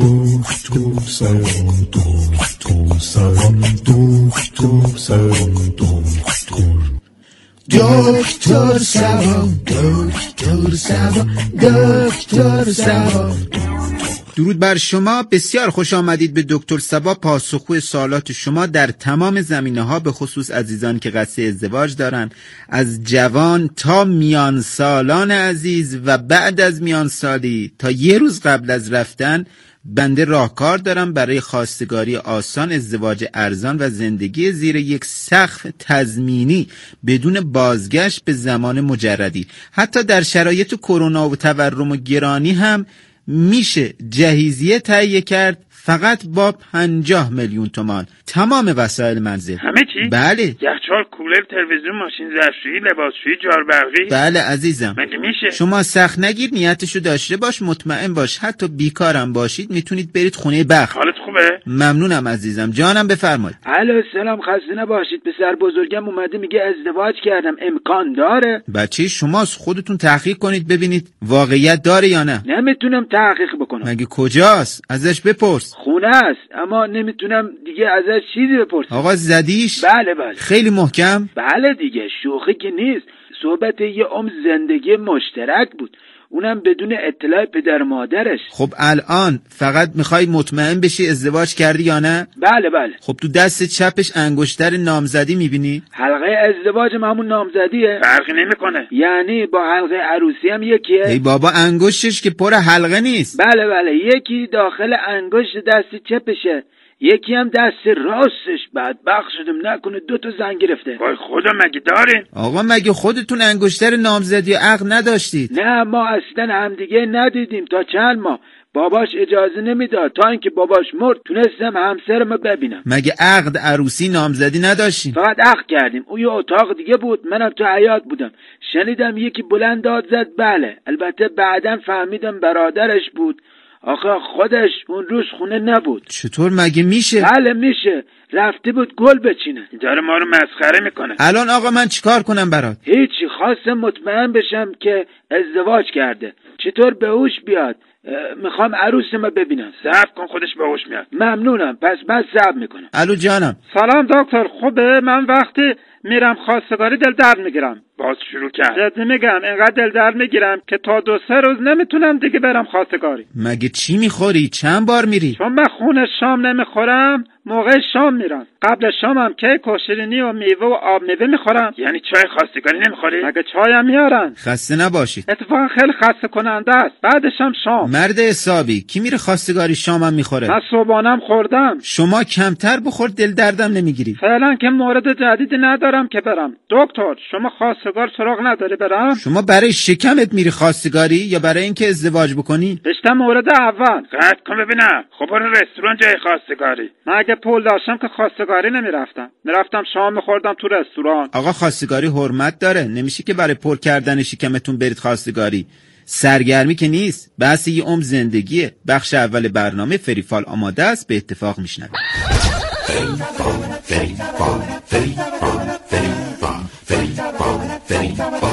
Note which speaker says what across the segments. Speaker 1: Doktor Salon, Doktor Salon, Doktor Salon, Doktor.
Speaker 2: Doktor Sava Doktor Sava دکتر سوا درود بر شما بسیار خوش آمدید به دکتر سبا پاسخگوی سوالات شما در تمام زمینه ها به خصوص عزیزان که قصد ازدواج دارند از جوان تا میان سالان عزیز و بعد از میان سالی تا یه روز قبل از رفتن بنده راهکار دارم برای خواستگاری آسان ازدواج ارزان و زندگی زیر یک سقف تضمینی بدون بازگشت به زمان مجردی حتی در شرایط کرونا و تورم و گرانی هم میشه جهیزیه تهیه کرد فقط با 50 میلیون تومان تمام وسایل منزل
Speaker 3: همه چی؟
Speaker 2: بله
Speaker 3: یخچال کولر تلویزیون ماشین ظرفشویی لباسشویی جاربرقی
Speaker 2: بله عزیزم
Speaker 3: مگه میشه
Speaker 2: شما سخت نگیر نیتشو داشته باش مطمئن باش حتی بیکارم باشید میتونید برید خونه بخت
Speaker 3: حالت خوبه
Speaker 2: ممنونم عزیزم جانم بفرمایید
Speaker 4: الو سلام خسته نباشید پسر بزرگم اومده میگه ازدواج کردم امکان داره
Speaker 2: بچه شماست خودتون تحقیق کنید ببینید واقعیت داره یا نه
Speaker 4: نمیتونم تحقیق بکنم
Speaker 2: مگه کجاست ازش بپرس
Speaker 4: خونه است اما نمیتونم دیگه ازش چیزی بپرسم
Speaker 2: آقا زدیش
Speaker 4: بله بله
Speaker 2: خیلی محکم
Speaker 4: بله دیگه شوخی که نیست صحبت یه عمر زندگی مشترک بود اونم بدون اطلاع پدر و مادرش
Speaker 2: خب الان فقط میخوای مطمئن بشی ازدواج کردی یا نه
Speaker 4: بله بله
Speaker 2: خب تو دست چپش انگشتر نامزدی میبینی
Speaker 4: حلقه ازدواجم همون نامزدیه
Speaker 3: فرقی نمیکنه
Speaker 4: یعنی با حلقه عروسی هم
Speaker 2: ای
Speaker 4: یکیه
Speaker 2: بابا انگشتش که پر حلقه نیست
Speaker 4: بله بله یکی داخل انگشت دست چپشه یکی هم دست راستش بدبخت شدم نکنه دو تا زن گرفته
Speaker 3: وای خدا مگه دارین
Speaker 2: آقا مگه خودتون انگشتر نامزدی عقد نداشتید
Speaker 4: نه ما اصلا همدیگه ندیدیم تا چند ماه باباش اجازه نمیداد تا اینکه باباش مرد تونستم همسرمو ببینم
Speaker 2: مگه عقد عروسی نامزدی نداشتین
Speaker 4: فقط عقد کردیم او یه اتاق دیگه بود منم تو حیات بودم شنیدم یکی بلند داد زد بله البته بعدا فهمیدم برادرش بود آخه خودش اون روز خونه نبود
Speaker 2: چطور مگه میشه
Speaker 4: بله میشه رفته بود گل بچینه
Speaker 3: داره ما رو مسخره میکنه
Speaker 2: الان آقا من چیکار کنم برات
Speaker 4: هیچی خواستم مطمئن بشم که ازدواج کرده چطور به هوش بیاد اه، میخوام عروسمو ببینم
Speaker 3: صبر کن خودش به هوش میاد
Speaker 4: ممنونم پس من صبر میکنم
Speaker 2: الو جانم
Speaker 4: سلام دکتر خوبه من وقتی میرم خواستگاری دل درد میگیرم
Speaker 3: باز شروع کرد
Speaker 4: جدی میگم انقدر دل درد میگیرم که تا دو سه روز نمیتونم دیگه برم خواستگاری
Speaker 2: مگه چی میخوری چند بار میری
Speaker 4: چون من خون شام نمیخورم موقع شام میرم قبل شامم کیک و شیرینی و میوه و آب میوه میخورم
Speaker 3: یعنی چای خواستگاری نمیخوری
Speaker 4: مگه چایم میارن
Speaker 2: خسته نباشید
Speaker 4: اتفاقا خیلی خسته کننده است بعدش هم شام
Speaker 2: مرد حسابی کی میره خواستگاری شامم میخوره
Speaker 4: من صبحانم خوردم
Speaker 2: شما کمتر بخور دل دردم نمیگیری
Speaker 4: فعلا که مورد جدیدی ندارم که برم دکتر شما خواستگار سراغ نداری برم
Speaker 2: شما برای شکمت میری خواستگاری یا برای اینکه ازدواج بکنی
Speaker 4: بیشتر مورد اول
Speaker 3: قطع کن ببینم خب برو رستوران جای خواستگاری
Speaker 4: من اگه پول داشتم که خواستگاری نمیرفتم میرفتم شام میخوردم تو رستوران
Speaker 2: آقا خواستگاری حرمت داره نمیشه که برای پر کردن شکمتون برید خواستگاری سرگرمی که نیست بحث یه عمر زندگیه بخش اول برنامه فریفال آماده است به اتفاق میشنویم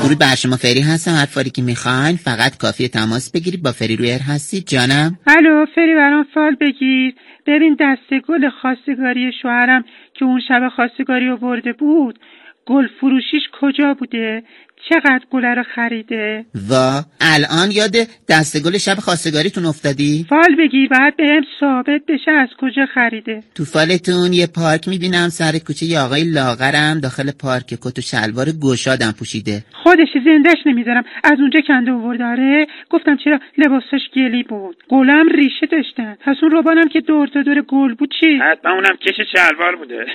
Speaker 5: درود بر شما فری هستم هر فاری که میخواین فقط کافی تماس بگیرید با فری رویر هستید جانم
Speaker 6: الو فری برام فال بگیر ببین دسته گل خواستگاری شوهرم که اون شب خواستگاری آورده بود گل فروشیش کجا بوده چقدر گل رو خریده
Speaker 5: و الان یاد دستگل شب خواستگاریتون افتادی
Speaker 6: فال بگیر باید بهم ثابت بشه از کجا خریده
Speaker 5: تو فالتون یه پارک میبینم سر کوچه یه آقای لاغرم داخل پارک کت و شلوار گشادم پوشیده
Speaker 6: خودش زندش نمیذارم از اونجا کنده آورداره گفتم چرا لباسش گلی بود گلم ریشه داشتن پس اون روبانم که دور تا دور گل بود چی
Speaker 3: حتما اونم کش شلوار بوده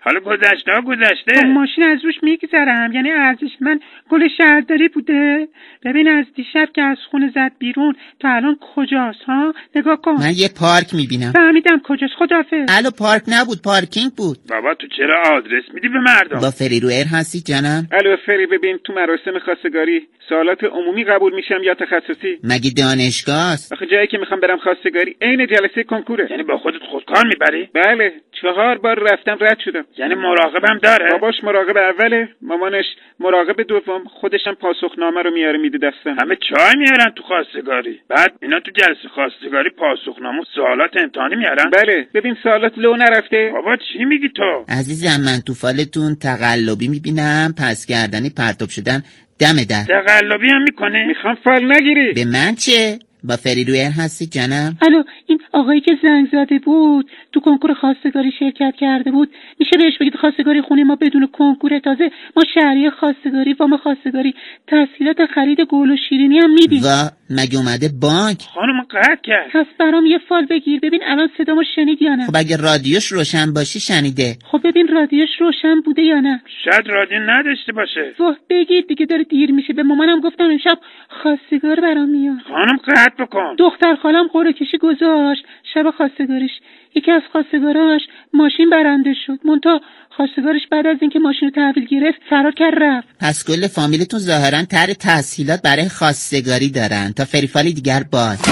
Speaker 3: حالا گذشته ها
Speaker 6: با
Speaker 3: گذشته
Speaker 6: خب، ماشین از روش میگذرم یعنی ارزش من گل شهرداری بوده ببین از دیشب که از خونه زد بیرون تا الان کجاست ها نگاه کن
Speaker 5: من یه پارک میبینم
Speaker 6: فهمیدم کجاست خدافه
Speaker 5: الو پارک نبود پارکینگ بود
Speaker 3: بابا تو چرا آدرس میدی به مردم
Speaker 5: با فری رویر هستید جانم
Speaker 4: الو فری ببین تو مراسم خواستگاری سوالات عمومی قبول میشم یا تخصصی
Speaker 5: مگه دانشگاه است
Speaker 4: آخه جایی که میخوام برم خواستگاری عین جلسه کنکوره
Speaker 3: یعنی با خودت خودکار میبری
Speaker 4: بله چهار بار رفتم رد شدم
Speaker 3: یعنی مراقبم داره
Speaker 4: باباش مراقب اوله مامانش مراقب دوم خودشم پاسخنامه رو میاره میده دستم
Speaker 3: همه چای میارن تو خواستگاری بعد اینا تو جلسه خواستگاری پاسخنامه و سوالات امتحانی میارن
Speaker 4: بله ببین سوالات لو نرفته
Speaker 3: بابا چی میگی تو
Speaker 5: عزیزم من تو فالتون تقلبی میبینم پس گردنی پرتاب شدن دم در
Speaker 3: تقلبی هم میکنه
Speaker 4: میخوام فال نگیری
Speaker 5: به من چه با فریرویر هستی جانم
Speaker 6: الو این آقایی که زنگ زده بود تو کنکور خواستگاری شرکت کرده بود میشه بهش بگید خواستگاری خونه ما بدون کنکور تازه ما شهریه خواستگاری وام خواستگاری تسهیلات خرید گل و شیرینی هم میدیم
Speaker 5: و مگه اومده بانک
Speaker 3: خانم قطع کرد
Speaker 6: پس برام یه فال بگیر ببین الان صدامو شنید یا نه
Speaker 5: خب اگه رادیوش روشن باشی شنیده
Speaker 6: خب ببین رادیوش روشن بوده یا نه
Speaker 3: شاید رادیو نداشته باشه
Speaker 6: واه بگیر دیگه داره دیر میشه به مامانم گفتم امشب خواستگار برام میاد
Speaker 3: خانم قطع بکن
Speaker 6: دختر خالم قرعه کشی گذاشت شب خواستگاریش یکی از خواستگاراش ماشین برنده شد مونتا خواستگارش بعد از اینکه ماشین رو تحویل گرفت فرار کرد رفت
Speaker 5: پس کل فامیلتون ظاهرا تر تسهیلات برای خواستگاری دارن تا فریفالی دیگر باز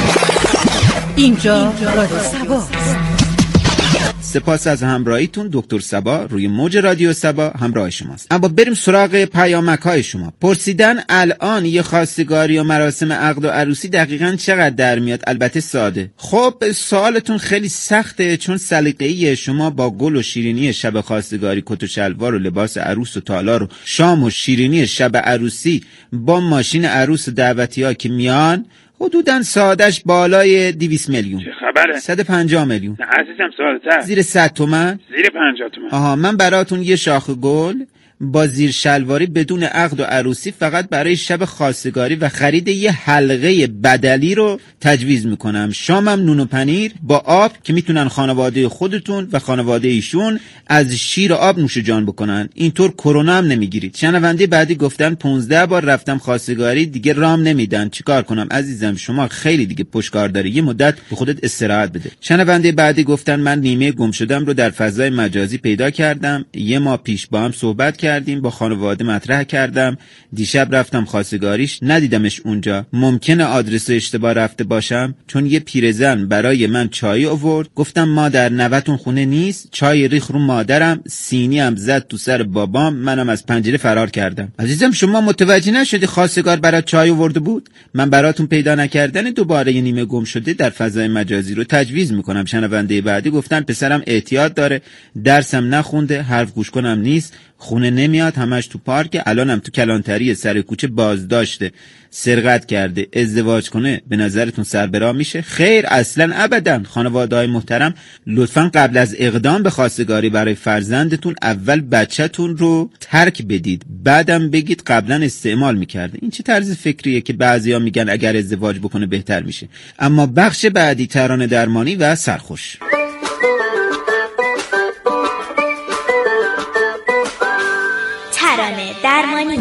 Speaker 7: اینجا رادیو سبا
Speaker 2: سپاس از همراهیتون دکتر سبا روی موج رادیو سبا همراه شماست اما بریم سراغ پیامک های شما پرسیدن الان یه خواستگاری و مراسم عقد و عروسی دقیقا چقدر در میاد البته ساده خب سوالتون خیلی سخته چون سلیقه‌ای شما با گل و شیرینی شب خواستگاری کت و شلوار و لباس عروس و تالار و شام و شیرینی شب عروسی با ماشین عروس و دعوتی ها که میان حدودا سادش بالای 200 میلیون
Speaker 3: چه خبره
Speaker 2: 150 میلیون
Speaker 3: نه عزیزم سوال تر
Speaker 2: زیر 100 تومن
Speaker 3: زیر پنجاه تومن
Speaker 2: آها من براتون یه شاخ گل با زیر شلواری بدون عقد و عروسی فقط برای شب خواستگاری و خرید یه حلقه بدلی رو تجویز میکنم شامم نون و پنیر با آب که میتونن خانواده خودتون و خانواده ایشون از شیر آب نوش جان بکنن اینطور کرونا هم نمیگیرید شنونده بعدی گفتن 15 بار رفتم خواستگاری دیگه رام نمیدن چیکار کنم عزیزم شما خیلی دیگه پشکار داری یه مدت به خودت استراحت بده شنونده بعدی گفتن من نیمه گم شدم رو در فضای مجازی پیدا کردم یه ماه پیش با هم صحبت کردم کردیم با خانواده مطرح کردم دیشب رفتم خواستگاریش ندیدمش اونجا ممکنه آدرس رو اشتباه رفته باشم چون یه پیرزن برای من چای آورد گفتم مادر نوتون خونه نیست چای ریخ رو مادرم سینی هم زد تو سر بابام منم از پنجره فرار کردم عزیزم شما متوجه نشدی خواستگار برات چای آورده بود من براتون پیدا نکردن دوباره یه نیمه گم شده در فضای مجازی رو تجویز میکنم شنونده بعدی گفتن پسرم اعتیاد داره درسم نخونده حرف گوش کنم نیست خونه نمیاد همش تو پارک الانم تو کلانتری سر کوچه بازداشته سرقت کرده ازدواج کنه به نظرتون سربرا میشه خیر اصلا ابدا خانواده های محترم لطفا قبل از اقدام به خواستگاری برای فرزندتون اول بچهتون رو ترک بدید بعدم بگید قبلا استعمال میکرده این چه طرز فکریه که بعضیا میگن اگر ازدواج بکنه بهتر میشه اما بخش بعدی ترانه درمانی و سرخوش
Speaker 8: ترانه درمانی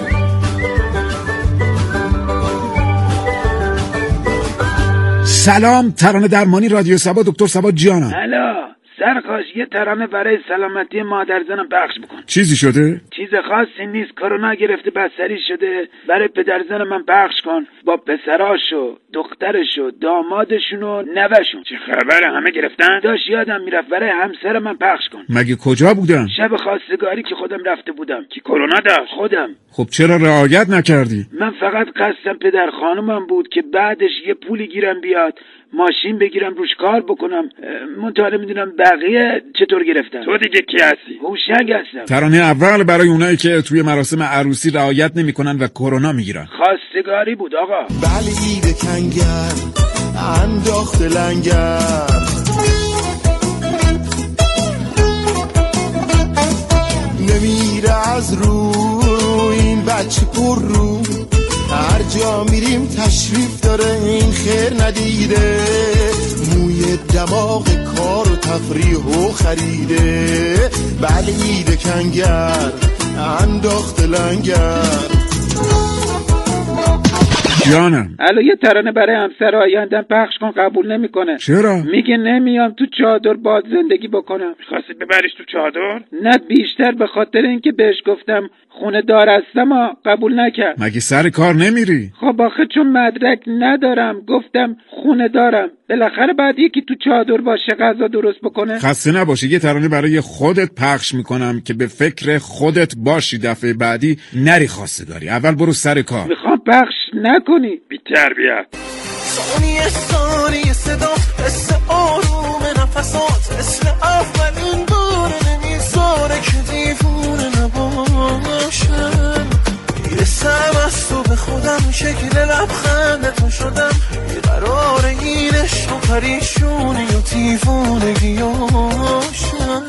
Speaker 1: سلام ترانه درمانی رادیو سبا دکتر سبا جانم
Speaker 4: الا سرخاش یه ترانه برای سلامتی مادر زنم پخش بکن
Speaker 1: چیزی شده؟
Speaker 4: چیز خاصی نیست کرونا گرفته بستری شده برای پدرزن من پخش کن با پسراش و دخترش و دامادشون و نوشون
Speaker 3: چه خبره همه گرفتن
Speaker 4: داشت یادم میرفت برای همسر من پخش کن
Speaker 1: مگه کجا بودم؟
Speaker 4: شب خواستگاری که خودم رفته بودم
Speaker 3: کی کرونا داشت
Speaker 4: خودم
Speaker 1: خب چرا رعایت نکردی؟
Speaker 4: من فقط قصدم پدر خانمم بود که بعدش یه پولی گیرم بیاد ماشین بگیرم روش کار بکنم منطقه میدونم بقیه چطور گرفتم
Speaker 3: تو دیگه کی هستی
Speaker 4: هوشنگ هستم
Speaker 1: ترانه اول برای اونایی که توی مراسم عروسی رعایت نمیکنن و کرونا میگیرن
Speaker 4: خواستگاری بود آقا
Speaker 9: بله ایده کنگر انداخت لنگر نمیره از رو این بچه پر رو هر جا میریم تشریف داره این خیر ندیده موی دماغ کار و تفریح و خریده بله ایده کنگر انداخت لنگر
Speaker 1: جانم
Speaker 4: الو یه ترانه برای همسر آیندم پخش کن قبول نمیکنه
Speaker 1: چرا؟
Speaker 4: میگه نمیام تو چادر باد زندگی بکنم
Speaker 3: میخواستی ببریش تو چادر
Speaker 4: نه بیشتر به خاطر اینکه بهش گفتم خونه دار هستم آ، قبول نکرد
Speaker 1: مگه سر کار نمیری؟
Speaker 4: خب آخه چون مدرک ندارم گفتم خونه دارم بالاخره بعد یکی تو چادر باشه غذا درست بکنه
Speaker 1: خسته نباشی یه ترانه برای خودت پخش میکنم که به فکر خودت باشی دفعه بعدی نری خواستگاری اول برو سر کار
Speaker 4: میخوام پخش نکنی
Speaker 3: بی تربیت
Speaker 8: ثانیه ثانیه صدا حس آروم نفسات مثل اولین بار نمیذاره که دیوونه نباشم میرسم از تو به خودم شکل لبخند تو شدم قرار این عشق و پریشونی و دیوونگیاشم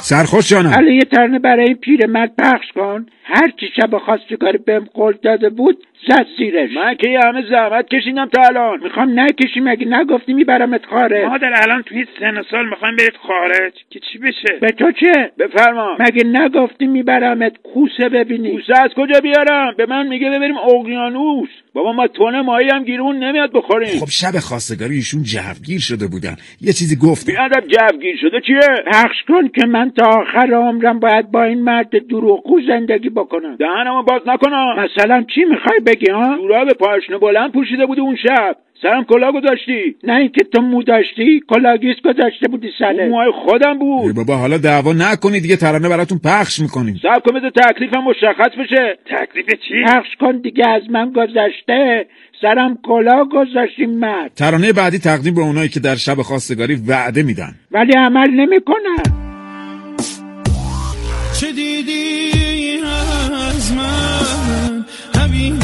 Speaker 1: سرخوش جانم
Speaker 4: الو یه ترانه برای این پیرمرد پخش کن هر کی شب خواستگاری بهم قول داده بود زد زیرش
Speaker 3: من که یه همه زحمت کشیدم تا الان
Speaker 4: میخوام نکشی مگه نگفتی میبرمت خارج
Speaker 3: مادر الان تو این سن و سال میخوایم برید خارج که چی بشه
Speaker 4: به تو چه
Speaker 3: بفرما
Speaker 4: مگه نگفتی میبرمت کوسه ببینی
Speaker 3: کوسه از کجا بیارم به من میگه ببریم اقیانوس بابا ما تونه ماهی هم گیرون نمیاد بخوریم
Speaker 1: خب شب خواستگاری ایشون جوگیر شده بودن یه چیزی گفت
Speaker 3: بیادم جوگیر شده چیه
Speaker 4: پخش کن که من تا آخر عمرم باید با این مرد دروغگو زندگی بکنم
Speaker 3: دهنمو باز نکنم
Speaker 4: مثلا چی میخوای بگی ها
Speaker 3: جوراب پاشنه بلند پوشیده بودی اون شب سرم کلاه گذاشتی
Speaker 4: نه اینکه تو مو داشتی کلاگیس گذاشته بودی
Speaker 3: اون
Speaker 4: سره
Speaker 3: موهای خودم
Speaker 1: ای
Speaker 3: بود
Speaker 1: بابا حالا دعوا نکنید یه ترانه براتون پخش میکنیم
Speaker 3: صبر کن بذار تکلیفم مشخص بشه تکلیف چی
Speaker 4: پخش کن دیگه از من گذشته سرم کلاه گذاشتی مرد
Speaker 1: ترانه بعدی تقدیم به اونایی که در شب خواستگاری وعده میدن
Speaker 4: ولی عمل نمیکنم
Speaker 8: چه دیدی از من حبیبم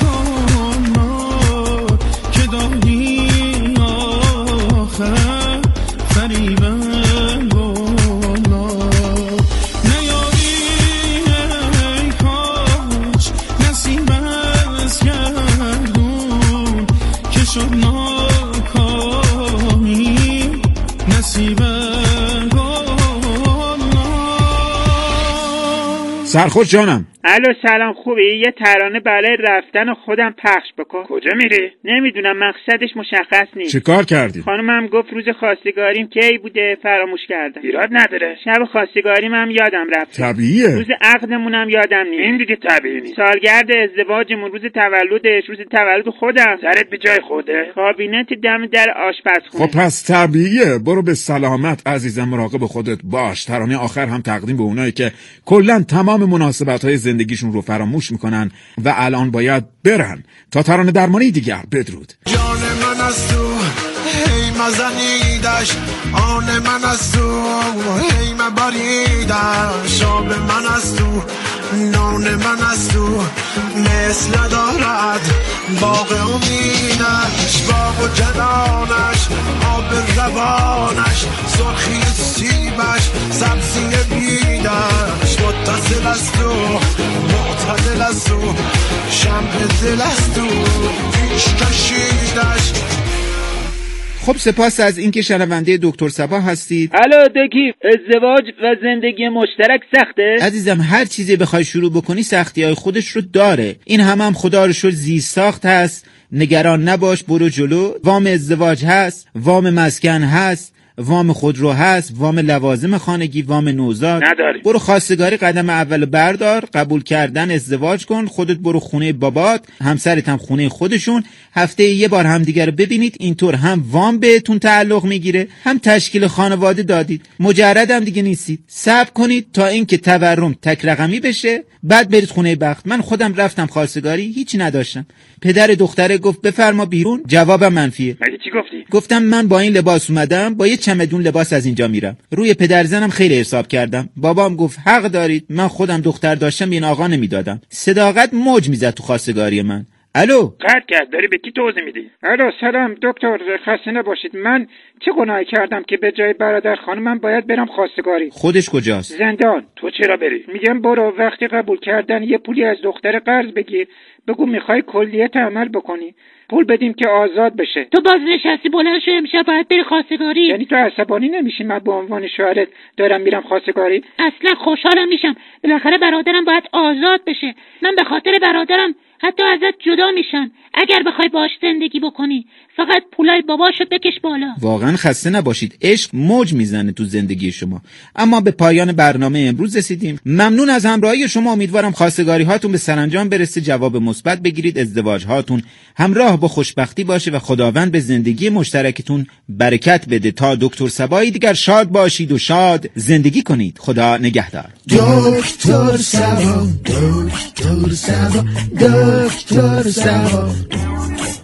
Speaker 8: کن ما که دانی آخر فریبم گنا نیاری ای کاش نصیب از گردون که شد ناکامی نصیبم گنا
Speaker 1: سرخوش جانم
Speaker 4: الو سلام خوبی یه ترانه برای رفتن خودم پخش بکن
Speaker 3: کجا میری
Speaker 4: نمیدونم مقصدش مشخص نیست
Speaker 1: چه کار کردی؟
Speaker 4: خانمم گفت روز خواستگاریم کی بوده فراموش کردم
Speaker 3: ایراد نداره
Speaker 4: شب خواستگاریم هم یادم رفت
Speaker 1: طبیعیه
Speaker 4: روز عقدمون هم یادم
Speaker 3: این
Speaker 4: نیست
Speaker 3: دیگه طبیعی نیست
Speaker 4: سالگرد ازدواجمون روز تولدش روز تولد خودم
Speaker 3: سرت به جای خوده
Speaker 4: کابینت دم در
Speaker 1: خب
Speaker 4: آشپزخونه
Speaker 1: پس طبیعیه برو به سلامت عزیزم مراقب خودت باش ترانه آخر هم تقدیم به اونایی که کلا تمام مناسبت های زندگیشون رو فراموش میکنن و الان باید برن تا ترانه درمانی دیگر بدرود
Speaker 9: جان من از تو هی مزنیدش آن من از تو هی مبریدش آب من از تو نان من از تو مثل دارد باغ امیدش باغ و جنانش آب زبانش سرخی سیبش سبزی بیدش متصل از تو معتدل از تو شمع دل از تو پیچ کشیدش
Speaker 2: خب سپاس از اینکه شنونده دکتر سبا هستید
Speaker 4: الو دکیف ازدواج و زندگی مشترک سخته
Speaker 2: عزیزم هر چیزی بخوای شروع بکنی سختی های خودش رو داره این هم هم خدا رو شد زیست ساخت هست نگران نباش برو جلو وام ازدواج هست وام مسکن هست وام خودرو هست وام لوازم خانگی وام نوزاد
Speaker 3: نداریم.
Speaker 2: برو خواستگاری قدم اول رو بردار قبول کردن ازدواج کن خودت برو خونه بابات همسرت هم خونه خودشون هفته یه بار همدیگه رو ببینید اینطور هم وام بهتون تعلق میگیره هم تشکیل خانواده دادید مجرد هم دیگه نیستید صبر کنید تا اینکه تورم تک رقمی بشه بعد برید خونه بخت من خودم رفتم خواستگاری هیچی نداشتم پدر دختره گفت بفرما بیرون جواب منفیه
Speaker 3: مگه چی گفتی
Speaker 2: گفتم من با این لباس اومدم با یه چمدون لباس از اینجا میرم روی پدرزنم خیلی حساب کردم بابام گفت حق دارید من خودم دختر داشتم به این آقا نمیدادم صداقت موج میزد تو خواستگاری من الو
Speaker 3: قطع کرد داری به کی توضیح میدی
Speaker 4: الو سلام دکتر خسته نباشید من چه گناهی کردم که به جای برادر خانمم باید برم خواستگاری
Speaker 2: خودش کجاست
Speaker 4: زندان
Speaker 3: تو چرا بری
Speaker 4: میگم برو وقتی قبول کردن یه پولی از دختر قرض بگیر بگو میخوای کلیت عمل بکنی پول بدیم که آزاد بشه
Speaker 6: تو باز نشستی بلند شو امشب باید بری خواستگاری
Speaker 4: یعنی تو عصبانی نمیشی من به عنوان شاعرت دارم میرم خواستگاری
Speaker 6: اصلا خوشحالم میشم بالاخره برادرم باید آزاد بشه من به خاطر برادرم حتی ازت جدا میشم اگر بخوای باش زندگی بکنی فقط پولای باباشو بکش بالا
Speaker 2: واقعا خسته نباشید عشق موج میزنه تو زندگی شما اما به پایان برنامه امروز رسیدیم ممنون از همراهی شما امیدوارم خواستگاری هاتون به سرانجام برسه جواب مثبت بگیرید ازدواج هاتون همراه با خوشبختی باشه و خداوند به زندگی مشترکتون برکت بده تا دکتر سبایی دیگر شاد باشید و شاد زندگی کنید خدا نگهدار
Speaker 10: دکتر سبا دکتر سبا دکتر سبا